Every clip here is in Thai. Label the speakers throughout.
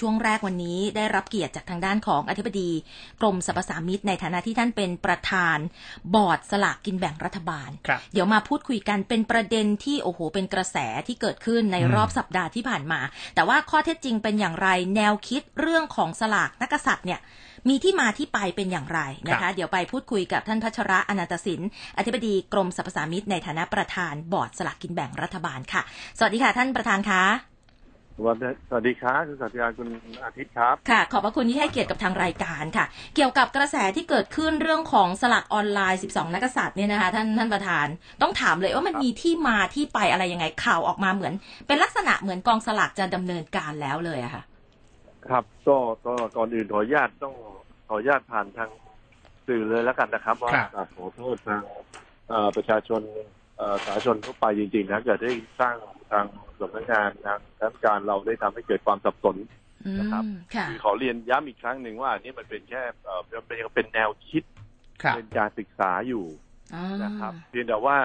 Speaker 1: ช่วงแรกวันนี้ได้รับเกียรติจากทางด้านของอธิบดีกรมสรรพสามิตในฐานะที่ท่านเป็นประธาน บอร์ดสลากกินแบ่งรัฐบาล
Speaker 2: ครับ
Speaker 1: เดี๋ยวมาพูดคุยกันเป็นประเด็นที่โอ้โหเป็นกระแสที่เกิดขึ้นในรอบสัปดาห์ที่ผ่านมา แต่ว่าข้อเท็จจริงเป็นอย่างไร แนวคิดเรื่องของสลากนักกษัตริย์เนี่ยมีที่มาที่ไปเป็นอย่างไรนะ
Speaker 2: ครั
Speaker 1: คะ
Speaker 2: บ
Speaker 1: เดี๋ยวไปพูดคุยกับท่านพัชระอนันตสินอธิบดีกรมสรรพสามิตในฐานะประธานบอร์ดสลากกินแบ่งรัฐบาลค่ะ สวัสดีค่ะท่านประธานคะ
Speaker 3: สวัสดีสวัสดีครับคุณสัตยาคุณอาทิตย์ครับ
Speaker 1: ค่ะ ขอบพระคุณที่ให้เกียรติกับทางรายการค่ะ เกี่ยวกับกระแสที่เกิดขึ้นเรื่องของสลากออนไลน์ 12 นักกษัตริย์เนี่ยนะคะท่านท่านประธานต้องถามเลยว่ามันมีที่มาที่ไปอะไรยังไงข่าวออกมาเหมือน เป็นลักษณะเหมือนกองสลากจะดำเนินการแล้วเลยอะค่ะ
Speaker 3: ครับก็ก็ก่อนอื่นขออนุญาตต้องขออนุญาตผ่านทางสื่อเลยแล้วกันนะครับว่า
Speaker 2: ครับ
Speaker 3: อ่าขอโทษทางเอ่อประชาชนเอ่อสาธารณชนทั่วไปจริงๆนะเกิดได้สร้างทางสำนักงานทางราชการเราได้ทำให้เกิดความสับสน
Speaker 1: อื
Speaker 3: นะครับ
Speaker 1: มค่ะ
Speaker 3: ขอเรียนย้ำอีกครั้งหนึ่งว่าอันนี่มันเป็นแค่เอ่อเป็นเป็นแนวคิด
Speaker 2: ครับ
Speaker 3: เป็นการศึกษาอยู่
Speaker 1: อ่า
Speaker 3: นะครับเพียงแต่ว่า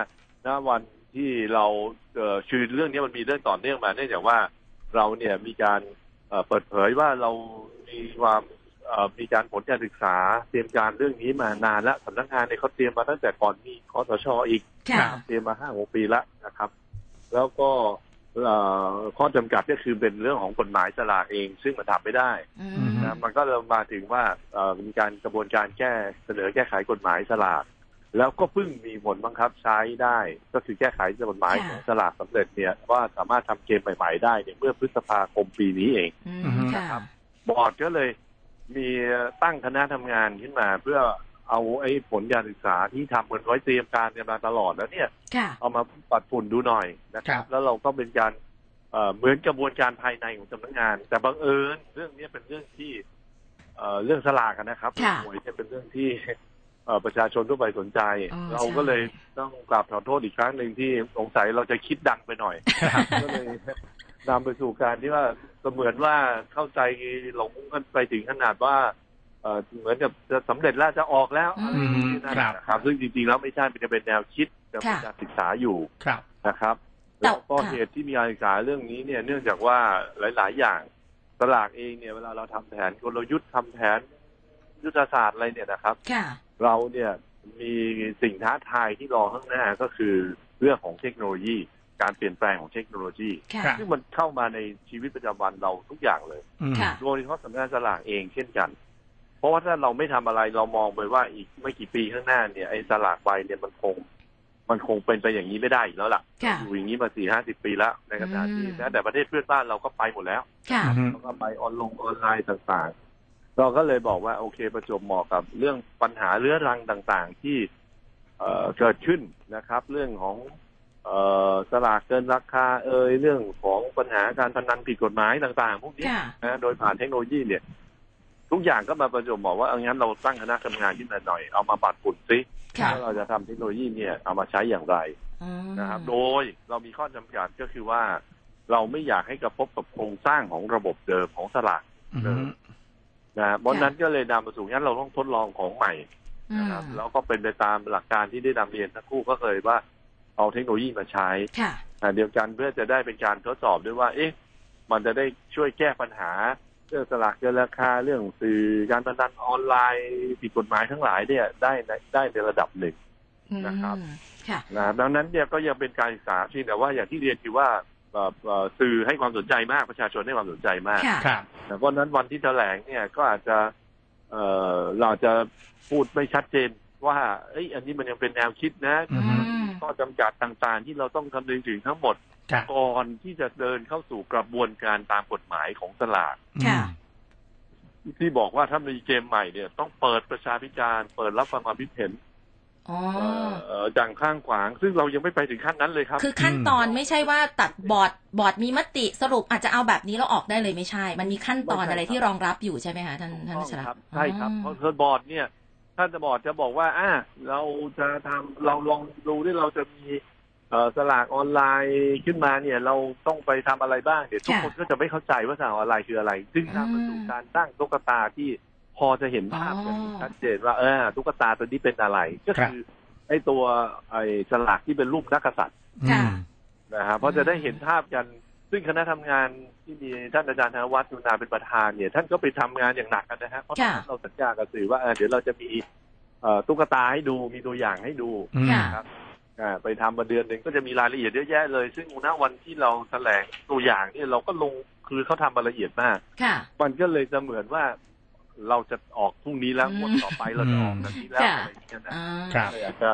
Speaker 3: ณวันที่เราเอ่อคือเรื่องนี้มันมีเรื่องต่อเนื่องมาเนื่องจากว่าเราเนี่ยมีการเอ่อเปิดเผยว่าเรามีความเอ่อมีการผลการศึกษา เตรียมการเรื่องนี้มานานและสำนักงานเนี่ยเขาเตรียมมาตั้งแต่ก่อนมีคอสชอีก
Speaker 1: ค่ะ
Speaker 3: เตรียมมาห้าหกปีละนะครับ แล้วก็เอ่อข้อจำกัดก็คือเป็นเรื่องของกฎหมายสลากเอง ซึ่งมันทำไม่ได้
Speaker 1: อืม
Speaker 2: อื
Speaker 3: นะมันก็เลยมาถึงว่าเอ่อมีการกระบวนการแก้เสนอแก้ไขกฎหมายสลาก แล้วก็เพิ่งมีผลบังคับใช้ได้ ก็คือแก้ไขกฎหมาย
Speaker 1: ค่ะ
Speaker 3: ของสลากสำเร็จเนี่ยว่าสามารถทำเกมใหม่ ๆ ได้เนี่ยเมื่อพฤษภาคมปีนี้เอง
Speaker 1: อื
Speaker 2: อื
Speaker 1: ม
Speaker 2: ม
Speaker 1: ค่ะ
Speaker 3: บอร์ดก็เลยมีตั้งคณะทำงานขึ้นมา เพื่อเอาไอ้ผลการศึกษาที่ทำเหมือนไว้เตรียมการกันมาตลอดแล้วเนี่ย
Speaker 1: ค่ะ
Speaker 3: เอามาปัดฝุ่นดูหน่อยนะครั
Speaker 2: ครับ บ
Speaker 3: แล้วเราก็เป็นการเอ่อเหมือนกระบวนการภายในของสำนักงาน แต่บังเอิญเรื่องนี้เป็นเรื่องที่เอ่อเรื่องสลากอะนะครับ
Speaker 1: ค่ะ
Speaker 3: หวยเนี่ยเป็นเรื่องที่เอ่อประชาชนทั่วไปสนใจ
Speaker 1: อ๋อใช่
Speaker 3: เราก็เลยต้องกราบขอโทษอีกครั้งหนึ่งที่สงสัยเราจะคิดดังไปหน่อย
Speaker 2: ครับ
Speaker 3: ก็เลยนำไปสู่การที่ว่าเสมือนว่าเข้าใจหลงกันไปถึงขนาดว่าเอ่อเหมือนกับจะสำเร็จแล้วจะออกแล้วอะไรอย่างนี้นั่น
Speaker 2: ครับ
Speaker 3: นะครับ ซึ่งจริงๆแล้วไม่ใช่มันจะเป็นแนวคิดแต่เป็นการศึกษาอยู่
Speaker 2: ครับ
Speaker 3: นะครับ
Speaker 1: แต่
Speaker 3: แล้วก็
Speaker 1: ค่ะ
Speaker 3: เหตุที่มีการศึกษาเรื่องนี้เนี่ยเนื่องจากว่าหลาย ๆ อย่างสลากเองเนี่ยเวลาเราทำแผนกลยุทธ์ทำแผนยุทธศาสตร์อะไรเนี่ยนะครับ
Speaker 1: ค่ะ
Speaker 3: เราเนี่ยมีสิ่งท้าทายที่รอข้างหน้าก็คือเรื่องของเทคโนโลยี การเปลี่ยนแปลงของเทคโนโลยี
Speaker 1: ค่ะ
Speaker 2: ครับ
Speaker 3: ซึ่งมันเข้ามาในชีวิตประจำวันเราทุกอย่างเลย
Speaker 2: อืม
Speaker 1: ค่ะ
Speaker 3: โดยเฉพาะสำนักงานสลากเองเช่นกัน เพราะว่าถ้าเราไม่ทำอะไรเรามองไปว่าอีกไม่กี่ปีข้างหน้าเนี่ยไอ้สลากใบเนี่ยมันคง มันคงเป็นไปอย่างนี้ไม่ได้อีกแล้วล่ะ
Speaker 1: ค่ะ
Speaker 3: อยู่อย่างนี้มาสี่ห้าสิบปีแล้วในขณะที่
Speaker 1: อืม
Speaker 3: แม้แต่ประเทศเพื่อนบ้านเราก็ไปหมดแล้ว
Speaker 1: ค่ะ
Speaker 2: อืม
Speaker 3: เราก็ไปออนลงออนไลน์ต่างๆ เราก็เลยบอกว่าโอเคประจวบเหมาะกับเรื่องปัญหาเรื้อรังต่างๆที่เอ่อเกิดขึ้นนะครับ เรื่องของเอ่อสลากเกินราคาเอยเรื่องของปัญหาการพนันผิดกฎหมายต่างๆ พวกนี้
Speaker 1: ค่ะ
Speaker 3: นะโดยผ่านเทคโนโลยีเนี่ย ทุกอย่างก็มาประจวบเหมาะว่าเอางั้นเราตั้งคณะทำงานขึ้นมาหน่อยเอามาปัดฝุ่นซิ
Speaker 1: ค่ะ
Speaker 3: ว่าเราจะทำเทคโนโลยีเนี่ยเอามาใช้อย่างไร
Speaker 1: อืม
Speaker 3: นะครับโดยเรามีข้อจำกัดก็คือว่า เราไม่อยากให้กระทบกับโครงสร้างของระบบเดิมของสลาก
Speaker 2: อืม
Speaker 3: นะครับเพราะนั้นก็เลยนำมาสู่งั้นเราต้องทดลองของใหม่
Speaker 1: อืม
Speaker 3: นะครับแล้วก็เป็นไปตามหลักการที่ได้นำเรียนทั้งคู่ก็เคยว่าเอาเทคโนโลยีมาใช้
Speaker 1: ค่ะ
Speaker 3: แต่เดียวกันเพื่อจะได้เป็นการทดสอบด้วยว่า เอ๊ะ มันจะได้ช่วยแก้ปัญหา เรื่องสลากเกินราคาเรื่องสื่อการพนันออนไลน์ผิดกฎหมายทั้งหลายเนี่ยได้ในได้ในระดับหนึ่ง นะครับ
Speaker 1: อืมค่ะ
Speaker 3: นะครับดังนั้นเนี่ยก็ยังเป็นการศึกษาเพียงแต่ว่าอย่างที่เรียนคือว่าเอ่อเอ่อสื่อให้ความสนใจมากประชาชนให้ความสนใจมาก
Speaker 1: ค่ะ
Speaker 2: ครับ
Speaker 3: แต่เพราะฉะนั้นวันที่แถลงเนี่ยก็อาจจะเอ่อเราอาจจะพูดไม่ชัดเจนว่าเอ้ยอันนี้มันยังเป็นแนวคิดนะ
Speaker 2: อืม
Speaker 3: ข้อจำกัดต่างๆ ที่เราต้องคำนึงถึงทั้งหมด
Speaker 2: ครับ
Speaker 3: ก่อนที่จะเดินเข้าสู่กระบวนการตามกฎหมายของสลาก
Speaker 1: ค่ะ
Speaker 3: ที่บอกว่าถ้ามีเกมใหม่เนี่ยต้องเปิดประชาพิจารณ์เปิดรับฟังความคิดเห็น
Speaker 1: อ๋อ
Speaker 3: เอ่อเอ่ออย่างข้างขวาง ซึ่งเรายังไม่ไปถึงขั้นนั้นเลยครับ
Speaker 1: คือขั้นตอนไม่ใช่ว่าตัดบอร์ดบอร์ดมีมติสรุปอาจจะเอาแบบนี้แล้วออกได้เลยไม่ใช่ มันมีขั้นตอน
Speaker 3: ไม่ใช่
Speaker 1: อะไรที่รองรับอยู่ใช่ไหมคะท่านท่านวิ
Speaker 3: ถูก
Speaker 1: ช
Speaker 3: ต้อง
Speaker 1: ระ
Speaker 3: ครับใช่ครับ
Speaker 1: อ๋อ
Speaker 3: เพราะเธอบอร์ดเนี่ยท่านจะบอร์ดจะบอกว่าอ่าเราจะทำเราลองดูที่เราจะมีเอ่อสลากออนไลน์ขึ้นมาเนี่ย เราต้องไปทำอะไรบ้างเดี๋ยวทุกคนก็จะไม่เข้าใจว่าสลากออนไลน์คืออะไร ซึ่งนำมาสู่การตั้งตุ๊กตาที่พอจะเห็นภาพกันชัดเจนว่าเออตุ๊กตาตัวนี้เป็นอะไร ก็คือไอ้ตัวไอ้สลากที่เป็นรูปนักกษัตริย์
Speaker 2: อืม
Speaker 3: นะครับเพราะจะได้เห็นภาพกัน ซึ่งคณะทำงานที่มีท่านอาจารย์ธนวัฒน์สุนาเป็นประธานเนี่ยท่านก็ไปทำงานอย่างหนักกันนะฮะเพราะ
Speaker 1: ค่ะ
Speaker 3: เราสัญญากับสื่อว่าเออเดี๋ยวเราจะมีเอ่อตุ๊กตาให้ดูมีตัวอย่างให้ดู
Speaker 2: อืม
Speaker 1: ค่ะ
Speaker 3: อ่าไปทำมาเดือนหนึ่งก็จะมีรายละเอียดเยอะแยะเลย ซึ่งณวันที่เราแถลงตัวอย่างเนี่ยเราก็ลงคือเขาทำมายละเอียดมาก
Speaker 1: ค่ะ
Speaker 3: มันก็เลยจะเหมือนว่า เราจะออกพรุ่งนี้แล้ว
Speaker 1: อืม
Speaker 3: งวดต่อไปเราจะออกแบบนี้แล้ว
Speaker 1: ค่ะ
Speaker 3: อะไรอย่างเงี้ยนะ
Speaker 1: อ่า
Speaker 2: ครับ
Speaker 3: ก็อยากจะ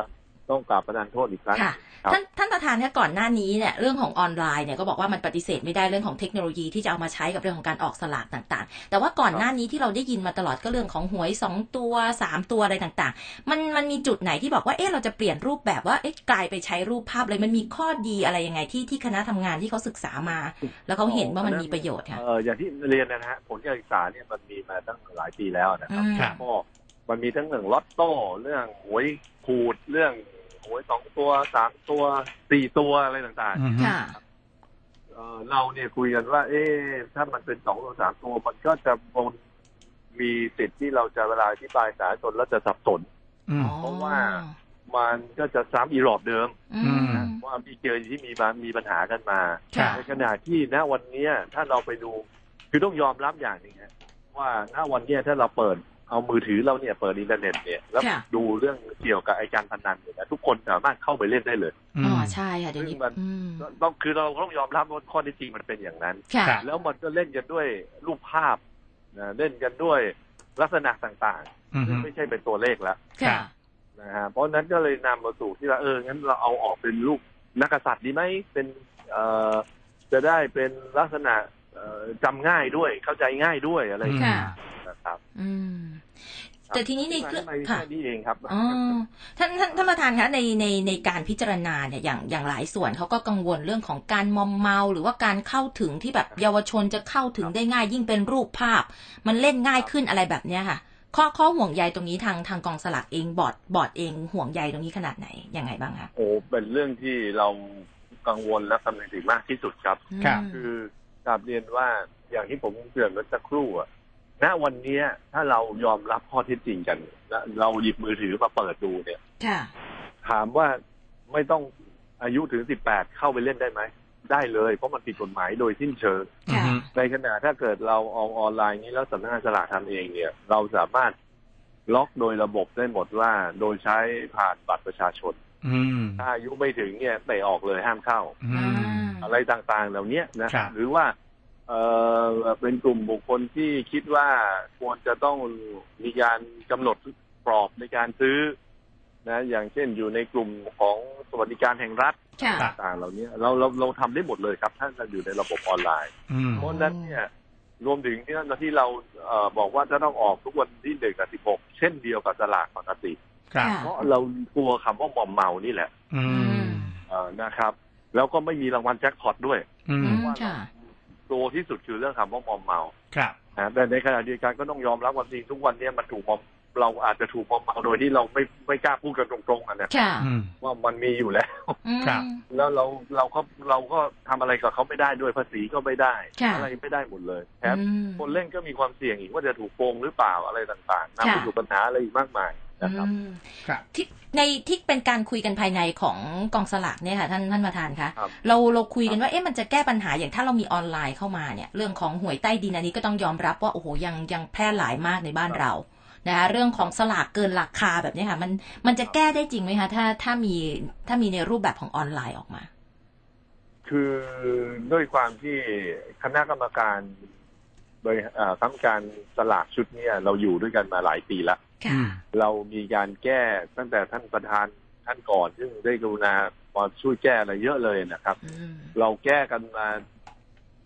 Speaker 3: ต้องกราบประทานโทษอีกครั้ง
Speaker 1: ค่ะ
Speaker 3: ครับ
Speaker 1: ท่านท่านประธานเนี่ยก่อนหน้านี้เนี่ยเรื่องของออนไลน์เนี่ยก็บอกว่ามันปฏิเสธไม่ได้เรื่องของเทคโนโลยีที่จะเอามาใช้กับเรื่องของการออกสลากต่างๆ แต่ว่าก่อนหน้านี้ที่เราได้ยินมาตลอดก็เรื่องของหวยสองตัวสามตัวอะไรต่างๆ มันมันมีจุดไหนที่บอกว่าเอ๊ะเราจะเปลี่ยนรูปแบบว่าเอ๊ะกลายไปใช้รูปภาพเลยมันมีข้อดีอะไรยังไงที่ที่คณะทำงานที่เขาศึกษามา แล้วเขาเห็นว่ามันมีประโยชน์ค่ะ
Speaker 3: เอออย่างที่เรียนนะฮะผลการศึกษาเนี่ยมันมีมาตั้งหลายปีแล้วนะค
Speaker 1: อื
Speaker 3: รับ
Speaker 1: ม
Speaker 2: ครับ
Speaker 3: ก็มันมีทั้งเรื่องลอตโต้เรื่องหวยขูดเรื่องหวยสองตัวสามตัวสี่ตัวอะไรต่างๆ
Speaker 2: อืม
Speaker 1: ค่ะ
Speaker 3: เอ่อเราเนี่ยคุยกันว่า เอ๊ะถ้ามันเป็นสองตัวสามตัวมันก็จะบนมีสิทธิ์ที่เราจะเวลาอธิบายสาธารณชนแล้วจะสับสน
Speaker 2: อืม
Speaker 3: เพราะว่า มันก็จะซ้ำอีรอบเดิม
Speaker 1: อืม
Speaker 2: อืม
Speaker 3: ว่ามีเจอที่มีมามีปัญหากันมา
Speaker 2: ค่ะ
Speaker 3: ในขณะที่ณวันเนี้ยถ้าเราไปดูคือต้องยอมรับอย่างหนึงฮะว่าณวันเนี้ยถ้าเราเปิดเอามือถือเราเนี่ยเปิดอินเทอร์เน็ตเนี่ยแล้ว
Speaker 1: ค่ะ
Speaker 3: ดูเรื่องเกี่ยวกับไอการพนันเนี่ยนะทุกคนสามารถเข้าไปเล่นได้เลย
Speaker 2: อืม
Speaker 1: อ๋อใช่ค่ะเดี๋ยวนี้
Speaker 3: ซึ่งมัน
Speaker 1: อืม
Speaker 3: ต้องคือเราต้องยอมรับว่าข้อเที่จริงมันเป็นอย่างนั้น
Speaker 1: ค่ะ
Speaker 2: ครับ
Speaker 3: แล้วมันก็เล่นกันด้วยรูปภาพนะเล่นกันด้วยลักษณะต่าง
Speaker 2: อืม
Speaker 3: ๆซึ่งไม่ใช่เป็นตัวเลขแล้ว
Speaker 1: ค่ะ
Speaker 3: นะฮะเพราะฉะนั้นก็เลยนำมาสู่ที่ว่าเอองั้นเราเอาออกเป็นรูปนักกษัตริย์ดีไหมเป็นเอ่อจะได้เป็นลักษณะเอ่อจำง่ายด้วยเข้าใจง่ายด้วยอะไรอย่างเงี้ย
Speaker 1: ค่ะ
Speaker 3: นะครับ
Speaker 1: อืม แต่ทีนี้ในเครื่อง
Speaker 3: ที่มาที่ไป
Speaker 1: ค่ะ
Speaker 3: แค่นี้เองครับ
Speaker 1: อ๋อท่านท่านท่านประธานคะในในในการพิจารณาเนี่ยอย่างอย่างหลายส่วนเขาก็กังวลเรื่องของการมอมเมาหรือว่าการเข้าถึงที่แบบเยาวชนจะเข้าถึงได้ง่าย ยิ่งเป็นรูปภาพ มันเล่นง่ายขึ้นอะไรแบบเนี้ยค่ะ ข้อข้อห่วงใยตรงนี้ทางทางกองสลากเองบอร์ดบอร์ดเองห่วงใยตรงนี้ขนาดไหนยังไงบ้างคะ
Speaker 3: โอ้เป็นเรื่องที่เรากังวลและคำนึงถึงมากที่สุดครับ
Speaker 2: ครับ
Speaker 1: อืม
Speaker 3: คือกราบเรียนว่าอย่างที่ผมเกริ่นเมื่อสักครู่อะณวันเนี้ย ถ้าเรายอมรับข้อเท็จจริงกันและเราหยิบมือถือมาเปิดดูเนี่ย
Speaker 1: ค่ะ
Speaker 3: ถามว่าไม่ต้องอายุถึง 18 เข้าไปเล่นได้ไหม ได้เลย เพราะมันผิดกฎหมายโดยสิ้นเชิง
Speaker 2: อืม
Speaker 3: ในขณะถ้าเกิดเราเอาออนไลน์นี้แล้วสำนักงานสลากทำเองเนี่ย เราสามารถล็อกโดยระบบได้หมดว่าโดยใช้ผ่านบัตรประชาชน
Speaker 2: อืม
Speaker 3: ถ้าอายุไม่ถึงเนี่ยไม่ออกเลยห้ามเข้า
Speaker 2: อืม
Speaker 3: อะไรต่างๆ เหล่าเนี้ยนะครับ หรือว่าเออเป็นกลุ่มบุคคลที่คิดว่าควรจะต้องมีการกำหนดกรอบในการซื้อนะอย่างเช่นอยู่ในกลุ่มของสวัสดิการแห่งรัฐ
Speaker 1: ค่ะ
Speaker 3: ต่างๆ เหล่าเนี้ยเราเราเราทำได้หมดเลยครับ ถ้าเราอยู่ในระบบออนไลน์
Speaker 2: อืม
Speaker 3: เพราะฉะนั้นเนี่ยรวมถึงที่เราที่เราเอ่อบอกว่าจะต้องออกทุกวันที่หนึ่งกับสิบหกเช่นเดียวกับสลากปกติ
Speaker 2: ครับ
Speaker 1: ค่ะ
Speaker 3: เพราะเรากลัวคำว่ามอมเมานี่แหละ
Speaker 2: อืม
Speaker 3: เอ่อนะครับ แล้วก็ไม่มีรางวัลแจ็คพอตด้วย
Speaker 2: อื
Speaker 1: อื
Speaker 2: ม
Speaker 1: มค่ะ
Speaker 3: ตัวที่สุดคือเรื่องคำว่ามอมเมา
Speaker 2: ครับ
Speaker 3: นะแต่ในขณะเดียวกันก็ต้องยอมรับความจริงทุกวันเนี้มันถูกมอมเราอาจจะถูกมอมเมาโดยที่เราไม่ไม่กล้าพูดกันตรงๆอ่ะนะ
Speaker 1: ค่ะ
Speaker 2: อืม
Speaker 3: ว่ามันมีอยู่แล้ว
Speaker 1: อืม
Speaker 2: ครับ
Speaker 3: แล้วเราเราก็เราก็ทำอะไรกับเขาไม่ได้ด้วยภาษีก็ไม่ได้
Speaker 1: ค่ะ
Speaker 3: อะไรไม่ได้หมดเลยแถม
Speaker 1: อืม
Speaker 3: คนเล่นก็มีความเสี่ยงอีกว่าจะถูกโกงหรือเปล่าอะไรต่างๆนำไป
Speaker 1: ค่ะ
Speaker 3: สู่ปัญหาอะไรอีกมากมายนะครับ
Speaker 1: อืม
Speaker 2: ครับ
Speaker 1: ที่ในที่เป็นการคุยกันภายในของกองสลากเนี่ยค่ะท่านท่านประธานคะ
Speaker 3: ครับ
Speaker 1: เราเราคุยกันว่าเอ๊ะมันจะแก้ปัญหาอย่างถ้าเรามีออนไลน์เข้ามาเนี่ย เรื่องของหวยใต้ดินอันนี้ก็ต้องยอมรับว่าโอ้โหยังยังแพร่หลายมากในบ้าน
Speaker 3: ครับ
Speaker 1: เรานะคะเรื่องของสลากเกินราคาแบบเนี้ยค่ะ มันมันจะแก้ได้จริงไหมคะถ้าถ้ามีถ้ามีในรูปแบบของออนไลน์ออกมา
Speaker 3: คือด้วยความที่คณะกรรมการบริหารเอ่อคณะกรรมการสลากชุดเนี้ยเราอยู่ด้วยกันมาหลายปีแล้ว
Speaker 1: ค่ะ
Speaker 3: เรามีการแก้ตั้งแต่ท่านประธานท่านก่อน ซึ่งได้กรุณามาช่วยแก้อะไรเยอะเลยนะครับ
Speaker 1: อืม
Speaker 3: เราแก้กันมา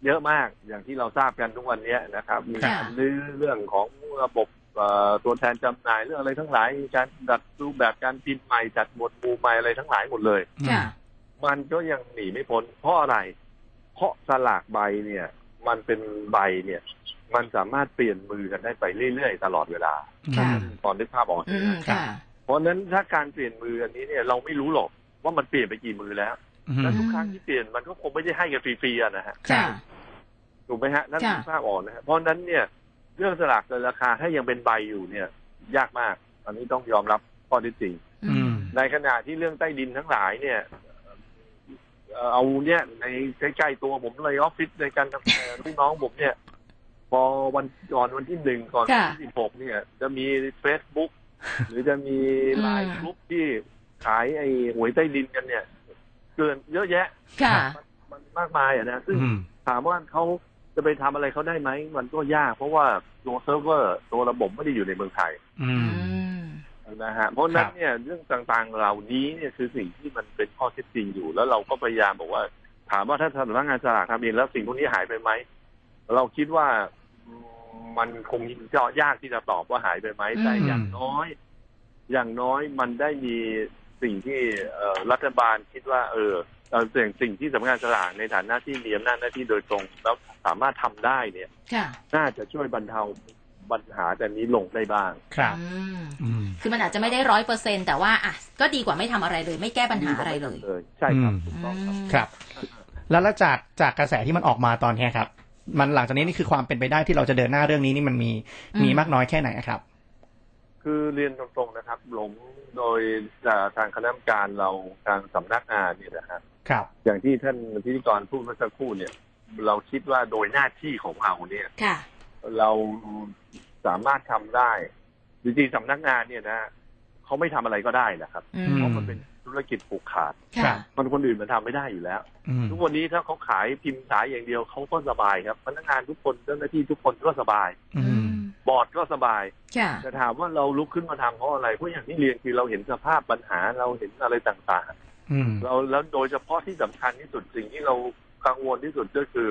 Speaker 3: เยอะมากอย่างที่เราทราบกันทุกวันเนี้ยนะครับ มี
Speaker 1: ค่ะ
Speaker 3: การรื้อเรื่องของระบบเอ่อตัวแทนจำหน่ายเรื่องอะไรทั้งหลายมีการดัดรูปแบบการพิมพ์ใหม่จัดหมวดหมู่ใหม่อะไรทั้งหลายหมดเลย
Speaker 1: ค่ะ
Speaker 3: มันก็ยังหนีไม่พ้นเพราะอะไร เพราะสลากใบเนี่ย มันเป็นใบเนี่ย มันสามารถเปลี่ยนมือกันได้ไปเรื่อยๆตลอดเวลา
Speaker 1: ค่ะ
Speaker 3: ตอนนึกภาพออก
Speaker 1: อื
Speaker 3: ใช่ไหม
Speaker 1: มค่ะ
Speaker 3: เพราะฉะนั้นถ้าการเปลี่ยนมืออันนี้เนี่ยเราไม่รู้หรอกว่ามันเปลี่ยนไปกี่มือแล้ว
Speaker 2: อื
Speaker 3: และ
Speaker 2: ม
Speaker 3: ทุกครั้งที่เปลี่ยนมันก็คงไม่ได้ให้กันฟรีๆอะนะฮะ
Speaker 1: ค่ะ
Speaker 3: ถูกไหมฮะนั่น
Speaker 1: ค่ะ
Speaker 3: คือภาพอ่อนนะฮะเพราะฉะนั้นเนี่ยเรื่องสลากเกินราคาถ้ายังเป็นใบอยู่เนี่ย ยากมาก อันนี้ต้องยอมรับข้อเที่จริง
Speaker 1: อืม
Speaker 3: ในขณะที่เรื่องใต้ดินทั้งหลายเนี่ยเ เอ่อเอาเนี่ยในใกล้ๆตัวผมเลยออฟฟิศในการทำงาน ลูกน้องผมเนี่ย พอวันก่อนวันที่หนึ่งก่อนวั
Speaker 1: ค่ะ
Speaker 3: นที่สิบหกเนี่ย จะมี Facebook หรือจะมีไลน์
Speaker 1: อืม
Speaker 3: กลุ่มที่ขายไอ้หวยใต้ดินกันเนี่ย เกินเยอะแยะ
Speaker 1: ค่ะ
Speaker 3: มันมากมายอะนะซึ่ง
Speaker 2: อืม
Speaker 3: ถามว่าเขาจะไปทำอะไรเขาได้ไหม มันก็ยาก เพราะว่าตัวเซิร์ฟเวอร์ตัวระบบไม่ได้อยู่ในเมืองไทย
Speaker 2: อื
Speaker 1: อื
Speaker 2: ม
Speaker 1: ม
Speaker 3: นะฮะเพราะฉะนั้น
Speaker 2: ครับ
Speaker 3: เนี่ยเรื่องต่างๆเหล่านี้เนี่ยคือสิ่งที่มันเป็นข้อเท็จจริงอยู่ แล้วเราก็พยายามบอกว่า ถามว่าถ้าสำนักงานสลากทำเองแล้วสิ่งพวกนี้หายไปไหมเราคิดว่าอืมมันคงจะยากที่จะตอบว่าหายไปไหม
Speaker 1: อืม
Speaker 3: แต่อย่างน้อย อย่างน้อยมันได้มีสิ่งที่เอ่อรัฐบาลคิดว่า เออเอ่อสิ่งสิ่งที่สำนักงานสลากในฐานะที่มีอำนาจหน้าที่โดยตรง แล้วสามารถทำได้เนี่ย
Speaker 1: ค่ะ
Speaker 3: น่าจะช่วยบรรเทาปัญหาแต่นี้ลงได้บ้าง
Speaker 2: ครับ
Speaker 1: อืม
Speaker 2: อืม
Speaker 1: คือมันอาจจะไม่ได้ร้อยเปอร์เซ็นแต่ว่าอ่ะก็ดีกว่าไม่ทำอะไรเลย ไม่แก้ปัญหาอะไรเลย
Speaker 3: เออใช่ครับ
Speaker 2: อืม
Speaker 3: ถูกต้องครับ
Speaker 2: ครับ แล้วแล้วจากจากกระแสที่มันออกมาตอนเนี้ยครับ มันหลังจากนี้นี่คือความเป็นไปได้ที่เราจะเดินหน้าเรื่องนี้นี่มันมีมีมากน้อยแค่ไหนอะครับ
Speaker 3: คือเรียนตรงๆนะครับผมโดยอ่าทางคณะกรรมการเราทางสำนักงานเนี่ยนะฮะ
Speaker 2: ครับ
Speaker 3: อย่างที่ท่านพิธีกรพูดเมื่อสักครู่เนี่ย เราคิดว่าโดยหน้าที่ของเราเนี่ย
Speaker 1: ค่ะ
Speaker 3: เราสามารถทำได้จริงๆสำนักงานเนี่ยนะฮะเขาไม่ทำอะไรก็ได้แหละครับ
Speaker 1: อื
Speaker 2: อื
Speaker 1: ม
Speaker 2: ม
Speaker 3: เพราะมันเป็นธุรกิจผูกขาด
Speaker 2: ครั
Speaker 1: ค่ะ
Speaker 2: บ
Speaker 3: มันคนอื่นมันทำไม่ได้อยู่แล้ว
Speaker 2: อืม
Speaker 3: ทุกวันนี้ถ้าเขาขายพิมพ์สายอย่างเดียวเขาก็สบายครับพนักงานทุกคนเจ้าหน้าที่ทุกคนก็สบาย
Speaker 2: อื
Speaker 1: อื
Speaker 2: ม
Speaker 1: ม
Speaker 3: บอร์ดก็สบาย
Speaker 1: ค่ะ
Speaker 3: จะถามว่าเราลุกขึ้นมาทำเพราะอะไร เพราะอย่างที่เรียนคือเราเห็นสภาพปัญหาเราเห็นอะไรต่าง
Speaker 2: อืม
Speaker 3: ๆ เราแล้วโดยเฉพาะที่สำคัญที่สุดสิ่งที่เรากังวลที่สุดก็คือ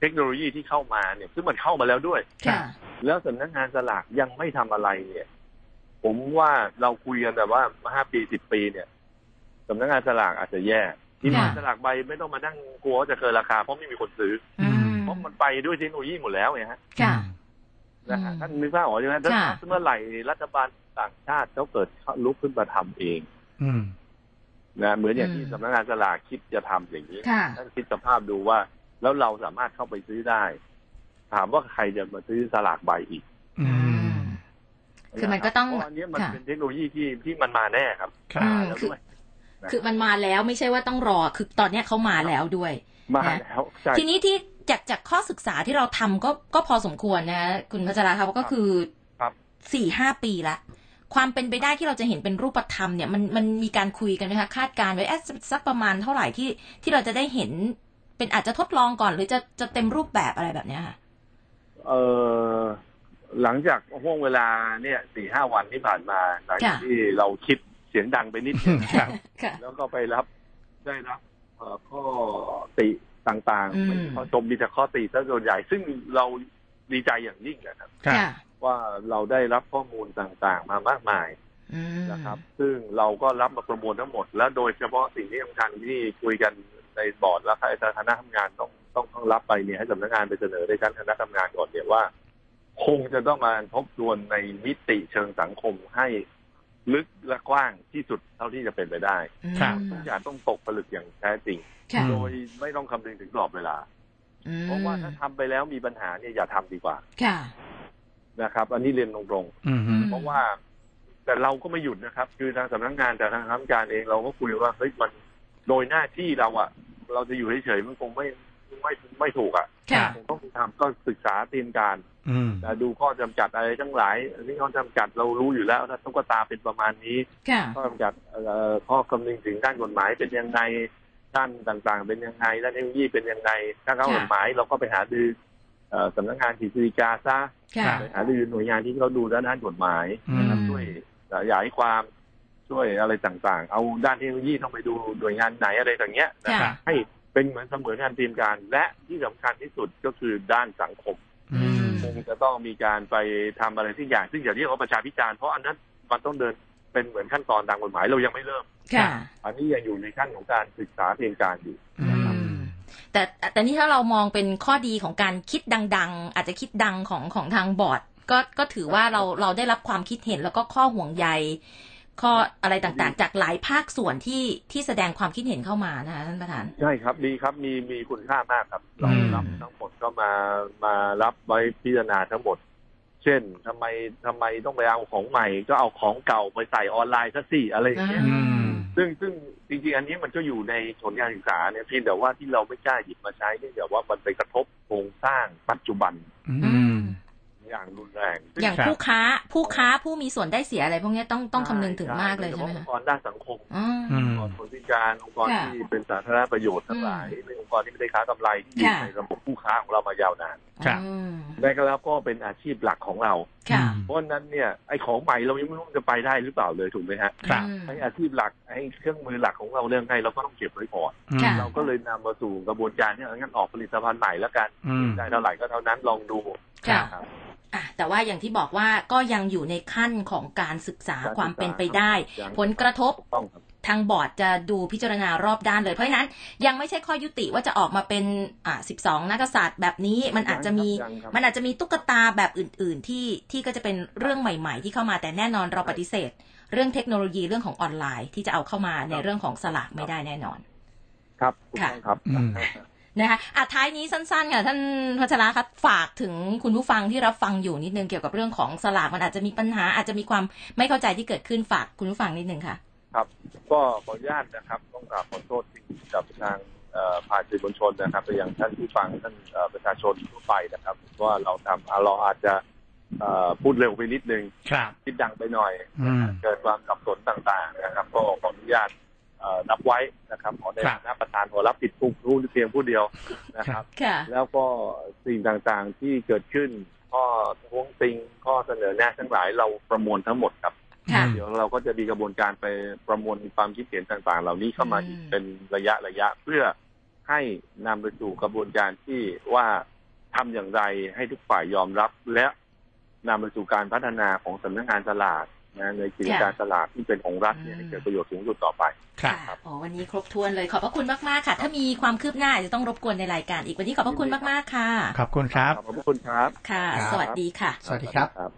Speaker 3: เทคโนโลยีที่เข้ามาเนี่ยซึ่งมันเข้ามาแล้วด้วย
Speaker 1: ค่ะ
Speaker 3: แล้วสำนักงานสลากยังไม่ทำอะไรเนี่ย ผมว่าเราคุยกันแต่ว่าห้าปีสิบปีเนี่ยสำนักงานสลากอาจจะแย่ที่
Speaker 1: ค่ะ
Speaker 3: มานสลากใบไม่ต้องมานั่งกลัวว่าจะเกินราคาเพราะไม่มีคนซื้อ
Speaker 2: อื
Speaker 1: อื
Speaker 2: ม
Speaker 1: ม
Speaker 3: เพราะมันไปด้วยเทคโนโลยีหมดแล้วไงฮะ
Speaker 1: ค่ะ
Speaker 3: นะฮะ
Speaker 1: อืม
Speaker 3: ท่านนึกภาพออกใช่ไหมถ้า
Speaker 1: ค่ะ
Speaker 3: เมื่อไหร่รัฐบาลต่างชาติเขาเกิดลุกขึ้นมาทำเอง
Speaker 2: อืม
Speaker 3: นะเหมือนอย่างที่
Speaker 1: อืม
Speaker 3: สำนักงานสลากคิดจะทำอย่างนี้
Speaker 1: ค่ะ
Speaker 3: ท่านคิดสภาพดูว่า แล้วเราสามารถเข้าไปซื้อได้ ถามว่าใครจะมาซื้อสลากใบอีก
Speaker 2: อืม
Speaker 1: คือมันก็ต้อง
Speaker 3: เพราะอันเนี้ยมัน
Speaker 1: ค่ะ
Speaker 3: เป็นเทคโนโลยีที่ที่มันมาแน่ครับ
Speaker 2: ครับ
Speaker 1: อื
Speaker 3: มาม แล้ว
Speaker 1: คือ
Speaker 3: ด้วย
Speaker 1: คือมันมาแล้วไม่ใช่ว่าต้องรอ คือตอนเนี้ยเขามาแล้วด้วย
Speaker 3: มาแล้วใช่
Speaker 1: ทีนี้ที่จากจากข้อศึกษาที่เราทำก็ก็พอสมควรนะ คุณพัชราครับก็คือ
Speaker 3: ครับ
Speaker 1: สี่ห้าปีละความเป็นไปได้ที่เราจะเห็นเป็นรูปธรรมเนี่ยมันมันมีการคุยกันไหมคะคาดการณ์ไว้เอ๊ะสักประมาณเท่าไหร่ที่ที่เราจะได้เห็น เป็นอาจจะทดลองก่อน หรือจะจะเต็มรูปแบบอะไรแบบเนี้ยค่ะ
Speaker 3: เออหลังจากห่วงเวลาเนี่ยสี่ห้าวันที่ผ่านมาหลังจาก
Speaker 1: ค่ะ
Speaker 3: ที่เราคิดเสียงดังไปนิดนึง
Speaker 2: ครับ
Speaker 1: ค่ะ
Speaker 3: แล้วก็ไปรับได้รับเอ่อข้อติต่าง
Speaker 1: อืม
Speaker 3: ๆไม่ใช่ข้อชมมีแต่ข้อติซะส่วนใหญ่ ซึ่งเราดีใจอย่างยิ่งนะครับ
Speaker 2: ครับ
Speaker 1: ค่ะ
Speaker 3: ว่าเราได้รับข้อมูลต่างๆ มามากมาย
Speaker 1: อืม
Speaker 3: นะครับ ซึ่งเราก็รับมาประมวลทั้งหมด และโดยเฉพาะสิ่งที่สำคัญที่คุยกันในบอร์ดและคณะทำงานต้องต้องต้องรับไปเนี่ยให้สำนักงานไปเสนอในชั้นคณะทำงานก่อนเนี่ยว่า คงจะต้องมาทบทวนในมิติเชิงสังคมให้ลึกและกว้างที่สุดเท่าที่จะเป็นไปได้
Speaker 1: อืม
Speaker 2: ครับ
Speaker 3: ทุกอย่างต้องตกผลึกอย่างแท้จริง
Speaker 1: ค่ะ
Speaker 3: โดยไม่ต้องคำนึงถึงกรอบเวลา
Speaker 1: อืม
Speaker 3: เพราะว่าถ้าทำไปแล้วมีปัญหาเนี่ยอย่าทำดีกว่า
Speaker 1: ค่ะ
Speaker 3: นะครับ อันนี้เรียนตรง
Speaker 2: อืม
Speaker 3: ๆ เพราะว่าแต่เราก็ไม่หยุดนะครับ คือทางสำนักงานแต่ทางคณะกรรมการเองเราก็คุยว่าเฮ้ยมันโดยหน้าที่เราอะเราจะอยู่เฉยๆมันคงไม่ไม่ไม่ถูกอะ
Speaker 1: ค่ะ
Speaker 3: คงต้องทำก็ศึกษาเตรียมการ
Speaker 2: อืม
Speaker 3: แต่ดูข้อจำกัดอะไรทั้งหลายนี่ข้อจำกัดเรารู้อยู่แล้วนะตุ๊กตาเป็นประมาณนี้
Speaker 1: ค่ะ
Speaker 3: ข้อจำกัดเอ่อข้อคำนึงถึงด้านกฎหมายเป็นยังไงด้านต่างๆ เป็นยังไงด้านเทคโนโลยีเป็นยังไงถ้าเขา
Speaker 1: ค่ะ
Speaker 3: กฎหมายเราก็ไปหาดูเอ่อสำนักงานกิจกาซะ
Speaker 1: ค่ะ
Speaker 2: ครับ
Speaker 3: ไปหาดูหน่วยงานที่เขาดูด้านกฎหมายนะครับ
Speaker 1: อืม
Speaker 3: ช่วยขยายความช่วยอะไรต่างๆ เอาด้านเทคโนโลยีต้องไปดูหน่วยงานไหนอะไรต่างเงี้ยนะ
Speaker 1: ค่ะ
Speaker 2: ครับ
Speaker 3: ให้เป็นเหมือนเสมือนงานเตรียมการ และที่สำคัญที่สุดก็คือด้านสังคม
Speaker 2: อืม
Speaker 3: คงจะต้องมีการไปทำอะไรที่อย่างซึ่งอย่าเรียกว่าประชาพิจารณ์เพราะอันนั้นมันต้องเดินเป็นเหมือนขั้นตอนตามกฎหมายเรายังไม่เริ่ม
Speaker 1: ค่ะ
Speaker 3: อันนี้ยังอยู่ในขั้นของการศึกษาเรียนการอยู่
Speaker 2: อืม
Speaker 1: แต่แต่นี่ถ้าเรามองเป็นข้อดีของการคิดดัง ๆ อาจจะคิดดังของของทางบอร์ดก็ก็ถือว่าเราเราได้รับความคิดเห็นแล้วก็ข้อห่วงใยข้ออะไรต่างๆ จากหลายภาคส่วนที่ที่แสดงความคิดเห็นเข้ามานะคะท่านประธาน
Speaker 3: ใช่ครับดีครับมีมีคุณค่ามากครับ เรา
Speaker 2: อืม
Speaker 3: รับทั้งหมดก็มามารับไว้พิจารณาทั้งหมด เช่นทำไมทำไมต้องไปเอาของใหม่ ก็เอาของเก่าไปใส่ออนไลน์ซะสิอะไรอย่างเงี้ย
Speaker 1: อืม
Speaker 2: อืม
Speaker 3: ซึ่งซึ่งจริงๆ อันนี้มันก็อยู่ในผลการศึกษาเนี่ยเพียงแต่ว่าที่เราไม่กล้าหยิบมาใช้เนื่องจากว่ามันไปกระทบโครงสร้างปัจจุบัน
Speaker 2: อืม
Speaker 3: อย่างรุนแรงซึ่ง
Speaker 1: อย่าง
Speaker 2: ครับ
Speaker 1: ผู้ค้าผู้ค้าผู้มีส่วนได้เสียอะไรพวกเนี้ยต้องต้องคำนึงถึงมากเลย
Speaker 3: โด
Speaker 1: ใช่ไหม
Speaker 3: ฉพะอ
Speaker 1: คะ
Speaker 3: งค์กรด้านสังคม
Speaker 1: อ๋ออ
Speaker 2: อืม
Speaker 3: องค์กรคนพิการองค์กร
Speaker 1: ค่ะ
Speaker 3: ที่เป็นสาธารณประโยชน์ทั้งหลายเป็นองค์กรที่ไม่ได้ค้ากำไรที่อยู่
Speaker 1: ค่ะ
Speaker 3: ในระบบผู้ค้าของเรามายาวนาน
Speaker 2: ครับ
Speaker 1: อืม
Speaker 3: ได้ก็แล้วก็เป็นอาชีพหลักของเรา
Speaker 1: ค่ะ
Speaker 3: เพราะฉะนั้นเนี่ยไอ้ของใหม่เรายังไม่รู้มันจะไปได้หรือเปล่าเลยถูกไหมฮะ
Speaker 2: ครับ
Speaker 1: อืม
Speaker 3: ไอ้อาชีพหลักไอ้เครื่องมือหลักของเราเรื่องไงเราก็ต้องเก็บไว้ก่อน
Speaker 2: อืม
Speaker 1: ค่ะ
Speaker 3: เราก็เลยนำมาสู่กระบวนการที่เอางั้นออกผลิตภัณฑ์ใหม่แล้วกัน
Speaker 2: อืม
Speaker 3: ได้เท่าไหร่ก็เท่านั้นลองดู
Speaker 1: ค่ะ
Speaker 3: นะครับ
Speaker 1: อ่ะแต่ว่าอย่างที่บอกว่าก็ยังอยู่ในขั้นของการศึกษา
Speaker 3: การศึกษา
Speaker 1: ความเป็นไปได้
Speaker 3: อย่าง
Speaker 1: ผลกระทบ
Speaker 3: ถูกต้องครับ
Speaker 1: ทางบอร์ดจะดูพิจารณารอบด้านเลย เพราะฉะนั้นยังไม่ใช่ข้อยุติว่าจะออกมาเป็นอ่า12 นักกษัตริย์แบบนี้มันอาจจะมี
Speaker 3: ยังครับ
Speaker 1: มันอาจจะมีตุ๊กตาแบบอื่น ๆ ที่ที่ก็จะเป็นเรื่องใหม่ ๆ ที่เข้ามาแต่แน่นอนเราปฏิเสธ เรื่องเทคโนโลยีเรื่องของออนไลน์ ที่จะเอาเข้ามาในเรื่องของสลากไม่ได้แน่นอน
Speaker 3: ครับถูกต้องครับ
Speaker 2: อืม
Speaker 1: นะคะอ่ะท้ายนี้สั้นๆค่ะท่านพัชราคะฝากถึงคุณผู้ฟังที่รับฟังอยู่นิดนึงเกี่ยวกับเรื่องของสลากมันอาจจะมีปัญหาอาจจะมีความไม่เข้าใจที่เกิดขึ้นฝากคุณผู้ฟังนิดนึงค่ะ
Speaker 3: ครับก็ขออนุญาตนะครับ ต้องกราบขอโทษที่กับทางเอ่อผ่านสื่อมวลชนนะครับไปยังท่านผู้ฟังท่านเอ่อประชาชนทั่วไปนะครับ ว่าเราทำอ่าเราอาจจะเอ่อพูดเร็วไปนิดนึง
Speaker 2: ครับ
Speaker 3: คิดดังไปหน่อย
Speaker 2: อืม
Speaker 3: เกิดความสับสนต่างๆนะครับ ก็ขออนุญาตเอ่อรับไว้นะครับ ขอใน
Speaker 2: ครับ
Speaker 3: ฐานะประธานขอรับผิดทุกรู้เพียงผู้เดียวนะครับ
Speaker 1: ค่ะ
Speaker 3: แล้วก็สิ่งต่างๆที่เกิดขึ้น ข้อท้วงติงข้อเสนอแนะทั้งหลายเราประมวลทั้งหมดครับ
Speaker 1: ค่ะ
Speaker 3: เดี๋ยวเราก็จะมีกระบวนการไปประมวลความคิดเห็นต่างๆ เหล่านี้เข้ามา
Speaker 1: อืม
Speaker 3: เป็นระยะระยะเพื่อให้นำไปสู่กระบวนการที่ว่าทำอย่างไรให้ทุกฝ่ายยอมรับ และนำไปสู่การพัฒนาของสำนักงานตลาดนะในกิจการตลาดที่เป็นของรัฐเนี่ยให้เกิดประโยชน์สูงสุดต่อไป
Speaker 2: ครับ
Speaker 1: โอ้วันนี้ครบถ้วนเลยขอบพระคุณมากๆค่ะ ถ้ามีความคืบหน้าอาจจะต้องรบกวนในรายการอีกวันนี้ขอบพระคุณมากๆค่ะ
Speaker 2: ขอบคุณครับ
Speaker 3: ขอบพระคุณครับ
Speaker 1: ค่ะ สวัสดีค่ะ
Speaker 2: สวัสดีครับ
Speaker 3: ครับ